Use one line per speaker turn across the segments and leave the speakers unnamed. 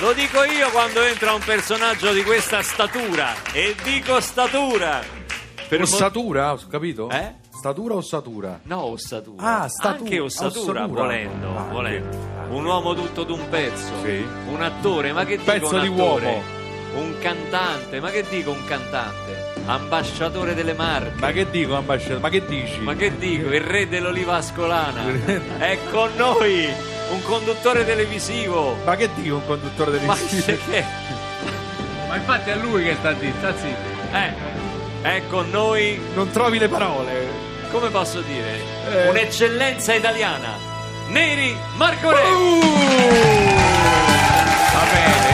Lo dico io quando entra un personaggio di questa statura. E dico statura. Per mo-
Ossatura, ho capito?
Eh?
Statura o ossatura?
No, ossatura.
Ah, statura.
Anche ossatura,
Ossatura.
volendo.
Ah,
volendo.
anche.
Un uomo tutto d'un pezzo.
Sì.
Un attore, ma che dico
pezzo
un
di
attore?
uomo.
Un cantante, ma che dico un cantante? Ambasciatore delle marche.
Ma che dico, ambasciatore? Ma che dici?
Ma che dico, il re dell'oliva ascolana è con noi, un conduttore televisivo.
Ma che dico un conduttore
Ma
televisivo?
se che...
Ma infatti è lui che sta zitto, sta zitto.
Eh, è con noi,
Non trovi le parole.
come posso dire,
Eh.
un'eccellenza italiana. Neri Marco Re.
Uh.
Uh! Va
Ah.
bene,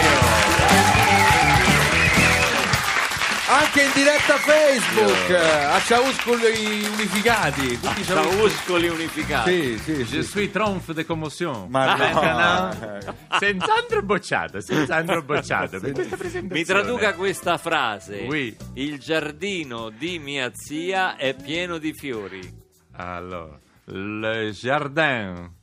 Anche in diretta a Facebook, a Ciauscol i unificati. Tutti i Ciauscoli-
Sauscoli unificati.
Sì, sì,
Je
Ah, sì.
suis trompe de commotion.
Ma no.
Senz'altro bocciato, senz'altro bocciato. per questa presentazione.
Mi traduca questa frase.
Oui.
Il giardino di mia zia è pieno di fiori.
Allora, le jardin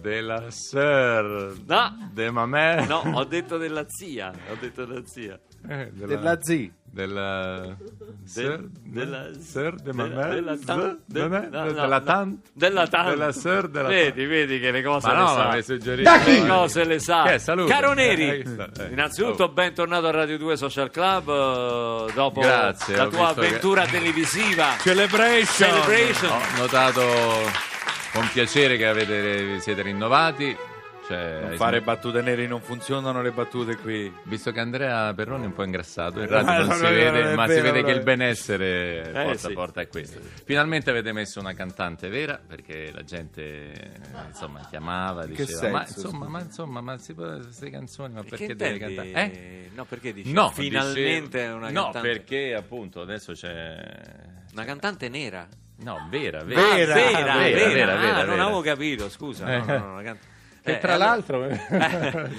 de la sœur
No.
de ma mère.
No, ho detto della zia, ho detto della zia.
Eh, della,
Della Z.
Della... sœur-
della-
sœur de ma
della-
mère.
della tan-
de-
de-
de-
no, no,
della
no.
tante.
Della tante.
Della sœur della
Vedi, vedi che le cose
Ma
le
no,
sa.
ma mi suggerito.
Da chi?
Che cose le sa.
Che, saluto.
Caro
Eh,
Neri,
eh, eh, eh.
innanzitutto bentornato a Radio 2 Social Club eh, dopo
Grazie,
la
ho
tua
visto che-
avventura televisiva.
Celebration.
Celebration.
Ho notato con piacere che avete, siete rinnovati. Cioè,
Non
hai
fare
sm-
battute nere, non funzionano le battute qui.
Visto che Andrea Perroni è un po' ingrassato, in
Eh, No,
radio non
no,
si
no, no,
vede,
non è
ma si
vero, Eh,
vede
no,
che
no.
il benessere porta
sì.
a porta è questo. Finalmente avete messo una cantante vera, perché la gente eh, insomma chiamava,
che
diceva,
senso,
ma insomma,
scusa?
ma insomma, ma si può- queste canzoni, ma
Che
perché deve
intendi?
cantare? Eh?
No, perché dici
No,
finalmente
dice-
è una
No,
cantante.
perché appunto adesso c'è
Una cantante nera.
No, vera, vera.
Ah, vera,
Vera, vera,
vera.
vera,
Ah,
vera,
non
vera.
avevo capito, scusa. No, no, no, una can-
Che
Eh,
tra
allora-
l'altro...
eh.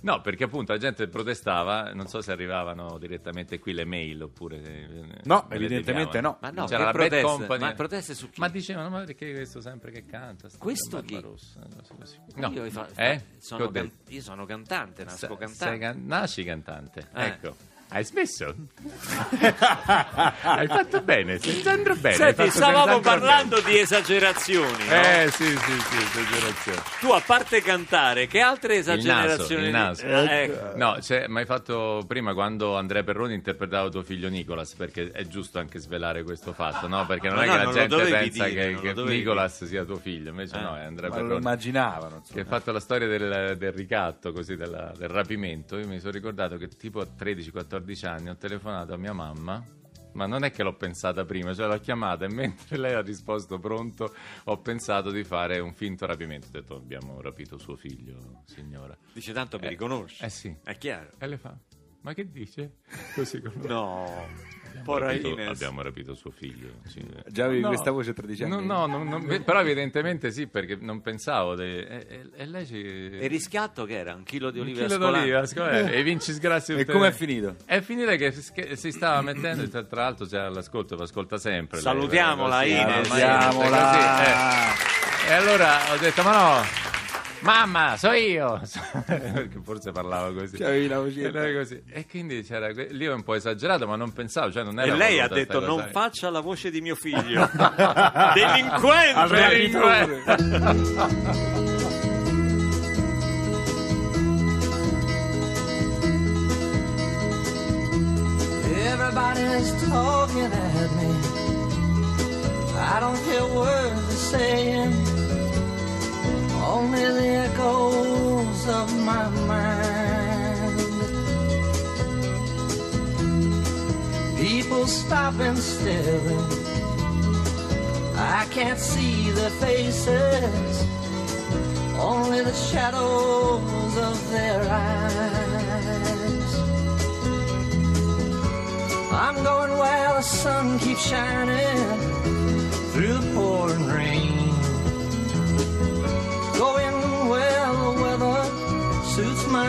no, perché appunto la gente protestava, non so se arrivavano direttamente qui le mail oppure... eh,
No, evidentemente no.
Ma no, che
C'era la Bad
proteste?
Company.
Ma proteste su chi?
Ma dicevano, ma perché questo sempre che canta? sta
Questo
Barbarossa, cose così. No,
Io, fa- fa-
eh? Che ho
sono can-
detto?
io sono cantante,
Sa-
nasco
sei
cantante.
can- nasci cantante,
Eh.
ecco. Hai smesso? hai fatto bene, senz'altro bene. hai
Senti,
fatto
stavamo
senz'altro
parlando di esagerazioni. no?
bene. Eh, sì, sì, sì, esagerazione.
Tu, a parte cantare, che altre esagerazioni?
il naso.
di- Ah, ecco.
No, cioè, ma hai fatto prima quando Andrea Perroni interpretava tuo figlio Nicolas, perché è giusto anche svelare questo fatto, no? Perché non
Ma
è
no,
che la
non lo
gente
dovevi
pensa
dire, non lo
che, che
dovevi
Nicolas sia tuo figlio, invece
Eh,
no, è Andrea
Ma lo
Perroni.
immaginavano.
Che
insomma.
ha fatto la storia del, del ricatto, così, della- del rapimento. Io mi sono ricordato che tipo a 13-14 anni ho telefonato a mia mamma, ma non è che l'ho pensata prima, cioè l'ho chiamata e mentre lei ha risposto pronto ho pensato di fare un finto rapimento. Ho detto abbiamo rapito suo figlio, signora.
Dice tanto mi
Eh,
riconosci.
eh sì.
È chiaro.
E le fa, ma che dice? Così con
No.
Abbiamo
Pora
rapito,
Ines.
abbiamo rapito suo figlio. sì.
Già avevi questa voce 13 anni?
No, no, no, no, beh, però evidentemente sì, perché non pensavo. de- E, e- e lei ci...
E il riscatto che era? Un chilo di
Un
olive
chilo
ascolane?
d'oliva, ascolane, E vinci sgrassi
E
tutte-
com'è finito?
È finita che si sch- si stava mettendo, tra, tra l'altro c'era l'ascolto, lo ascolta sempre. lei,
Salutiamola,
così,
Ines.
ormai è così, eh.
Salutiamola.
E allora ho detto, ma no, mamma, so io. Perché forse parlava così.
Cioè,
C'avevi la vocina.
E, lei così. E quindi c'era, que- lì ho un po' esagerato, ma non pensavo, cioè non
E
era
lei
voluta
ha detto
sta cosa".
non faccia la voce di mio figlio. Delinquente!
Ah,
Avrei-
Diciamo
Delinquente.
Everybody's talking at me. I don't hear words they're saying. Only the echoes of my mind. People stop and stare. I can't see their faces. Only the shadows of their eyes. I'm going while the sun keeps shining through the pouring rain. Going well, the weather suits my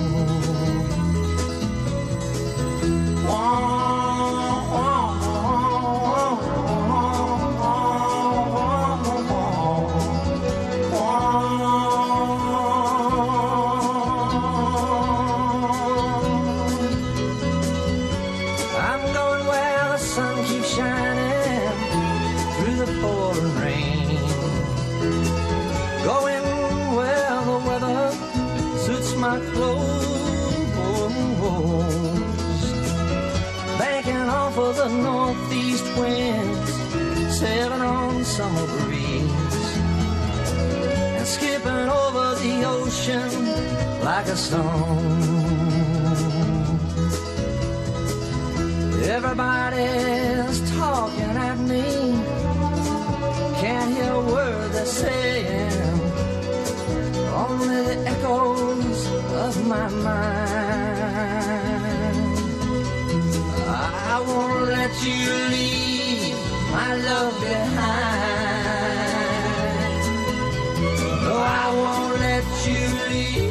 I'm going where the sun keeps shining through the pouring rain. Going where the weather suits my clothes. Banking off of the northeast winds, sailing on summer breeze, and skipping over the ocean like a stone. Everybody's talking at me. Can't hear a word they're saying. Only the echoes of my mind. I won't let you leave my love behind. No, I won't let you leave.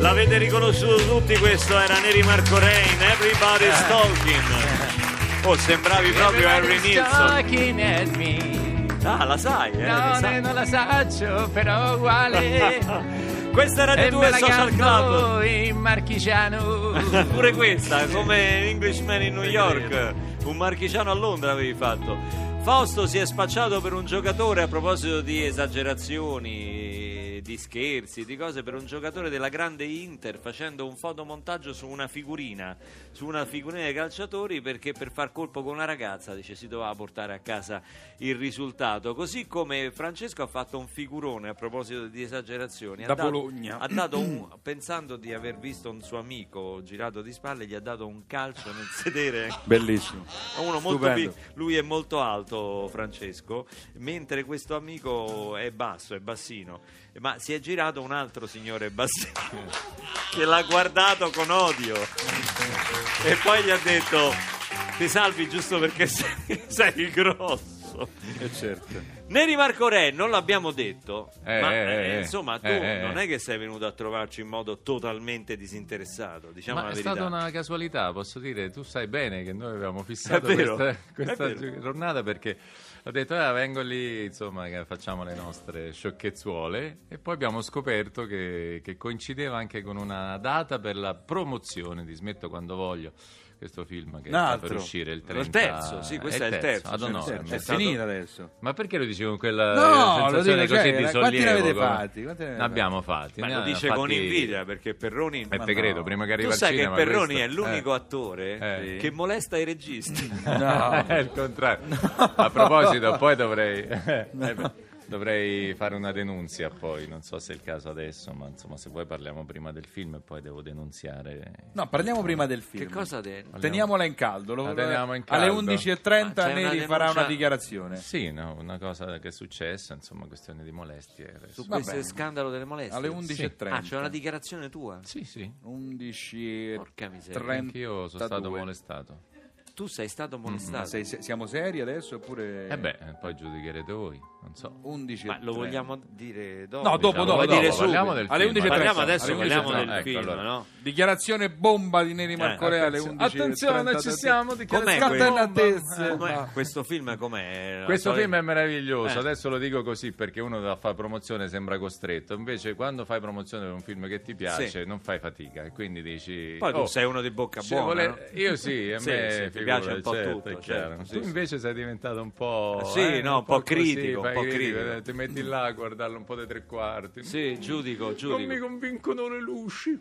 L'avete riconosciuto tutti, questo era Neri Marco Rain, Everybody's Talking. Oh, sembravi proprio Harry
Everybody's
Nilsson.
talking at me.
Ah, la sai, eh?
No,
la sai.
ne- non la saccio, però uguale.
Questa era Radio
e Eh, me la
2 Social Club.
canto in marchigiano.
Pure questa, come Englishman in New York, un marchigiano a Londra avevi fatto. Fausto si è spacciato per un giocatore a proposito di esagerazioni, di scherzi, di cose per un giocatore della grande Inter facendo un fotomontaggio su una figurina, su una figurina dei calciatori perché per far colpo con una ragazza dice si doveva portare a casa il risultato. Così come Francesco ha fatto un figurone a proposito di esagerazioni.
Da
ha dato-
Bologna.
ha dato un, pensando di aver visto un suo amico girato di spalle, gli ha dato un calcio nel sedere.
Bellissimo.
Uno molto
Stupendo.
pi- lui è molto alto, Francesco, mentre questo amico è basso, è bassino. Ma si è girato un altro signore bassino che l'ha guardato con odio e poi gli ha detto: Ti salvi giusto perché sei, sei grosso.
E certo.
Neri Marco Re, non l'abbiamo detto,
Eh,
ma
eh,
eh,
eh.
insomma tu
Eh, eh,
non
eh.
è che sei venuto a trovarci in modo totalmente disinteressato, diciamo
Ma
la
è
verità.
stata una casualità, posso dire, tu sai bene che noi avevamo fissato
È vero,
questa,
è
questa
vero.
gi- giornata perché ho detto, ah, vengo lì, insomma, che facciamo le nostre sciocchezzuole e poi abbiamo scoperto che, che coincideva anche con una data per la promozione di Smetto quando voglio. Questo film che
Un
sta
altro.
per uscire il 30
Il terzo, sì, questo è il terzo,
ad
cioè,
honorem,
certo.
È
stato-
finita adesso.
Ma perché lo dicevo con quella
No,
eh,
lo
sensazione
dico,
così
cioè,
di
quanti
sollievo?
ne avete
come-
fatti? Quanti ne avete
Ne abbiamo fatti.
Ma
ne
lo
abbiamo
dice con
fatti-
invidia perché Perroni...
È
Ma
Pegredo,
no.
prima che
Tu
arriva
sai
al
che
cinema.
Perroni
questo-
è l'unico
Eh.
attore
Eh.
che molesta i registi.
No.
è il contrario. Ecco. A proposito, poi dovrei, eh, beh, dovrei fare una denunzia. Poi non so se è il caso adesso, ma insomma, se vuoi parliamo prima del film e poi devo denunziare.
No, parliamo prima del film.
che cosa de...
Teniamola in caldo. lo-
La teniamo in
Alle
caldo.
11.30
Ah, c'è una
Neri
denuncia-
farà una dichiarazione.
Sì, no, una cosa che è successa, insomma, questione di molestie.
Su
Vabbè.
questo scandalo delle molestie.
Alle 11.30.
Ah, c'è una dichiarazione tua.
Sì, sì.
Porca miseria.
11.30.
Anch'io sono stato molestato.
Tu sei stato
Mm,
molestato.
Sei- se- siamo seri adesso oppure...
E Eh beh, poi giudicherete voi, non so.
11
Ma lo vogliamo dire dopo? diciamo,
No, dopo,
Lo
dopo,
vuoi
dopo,
dire
parliamo
subito?
del
Alle
film.
11.30.
Parliamo adesso,
Alle
parliamo
11.30.
del
ecco,
film,
allora.
no?
Dichiarazione bomba di Neri Marcorea alle 11.30.
Eh, Attenzione, ci siamo.
Com'è
dichiarazione-
quel-
Scatenatezze.
Com'è- questo film com'è? La
Questo
solita-
film è meraviglioso,
Eh.
adesso lo dico così perché uno da fare promozione sembra costretto, invece quando fai promozione per un film che ti piace
Sì.
non fai fatica e quindi dici...
Poi tu
"Oh,
sei uno di bocca
se
buona.
vole-
no?
Io sì, a
Sì,
me
sì, ti
film
piace un po'
certo,
tutto,
è
certo,
chiaro.
sì,
tu
sì.
invece sei diventato un po'...
Sì,
eh,
no, un po'
così,
critico, un
fai
po'
critico,
critico.
eh, Ti metti là a guardarlo un po' dei tre quarti.
Sì, giudico,
Non mi
giudico.
convincono le luci.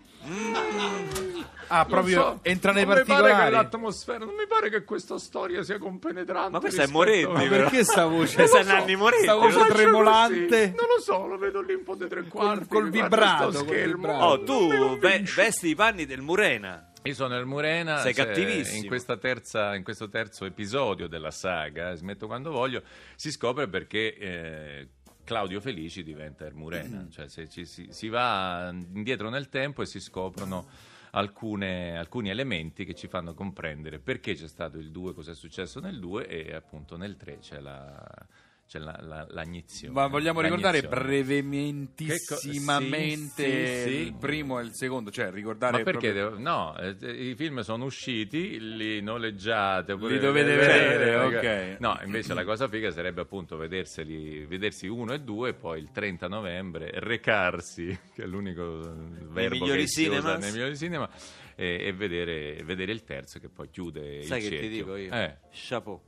Ah,
Non
proprio
so,
entra nei
non Mi pare che
particolari.
l'atmosfera, non mi pare che questa storia sia compenetrante.
Ma questa è
rispetto-
Moretti, però.
Perché sta voce?
Questa è
Non lo so,
Nanni Moretti.
sta voce
no?
Faccio
tremolante.
così, Non lo so, lo vedo lì un po' dei tre quarti.
col
mi guarda
vibrato,
sto
col
schermo.
vibrato.
Oh,
Non mi
tu ve-
convince.
vesti i panni del Murena.
Io sono il Murena.
Sei
cioè,
cattivissimo.
In, questa terza, in questo terzo episodio della saga, eh, smetto quando voglio, si scopre perché. eh, Claudio Felici diventa il
Mm.
Murena, cioè se ci- si, si va indietro nel tempo e si scoprono alcune- alcuni elementi che ci fanno comprendere perché c'è stato il 2, cosa è successo nel 2 e appunto nel 3 c'è la, c'è la, la- l'agnizione.
Ma vogliamo ricordare
L'agnizione.
brevementissimamente
Che co- sì, sì.
il primo e il secondo, cioè ricordare
Ma perché
proprio-
devo- no, eh, i film sono usciti, li noleggiate. oppure-
Li dovete
eh,
vedere, ok.
No, invece la cosa figa sarebbe appunto vederseli, vedersi uno e due, poi il 30 novembre recarsi, che è l'unico eh, verbo
migliori
che si usa
cinemas.
nei migliori cinema, e, e vedere, vedere il terzo che poi chiude
Sai
il
che ti
cerchio.
dico io?
Eh.
Chapeau.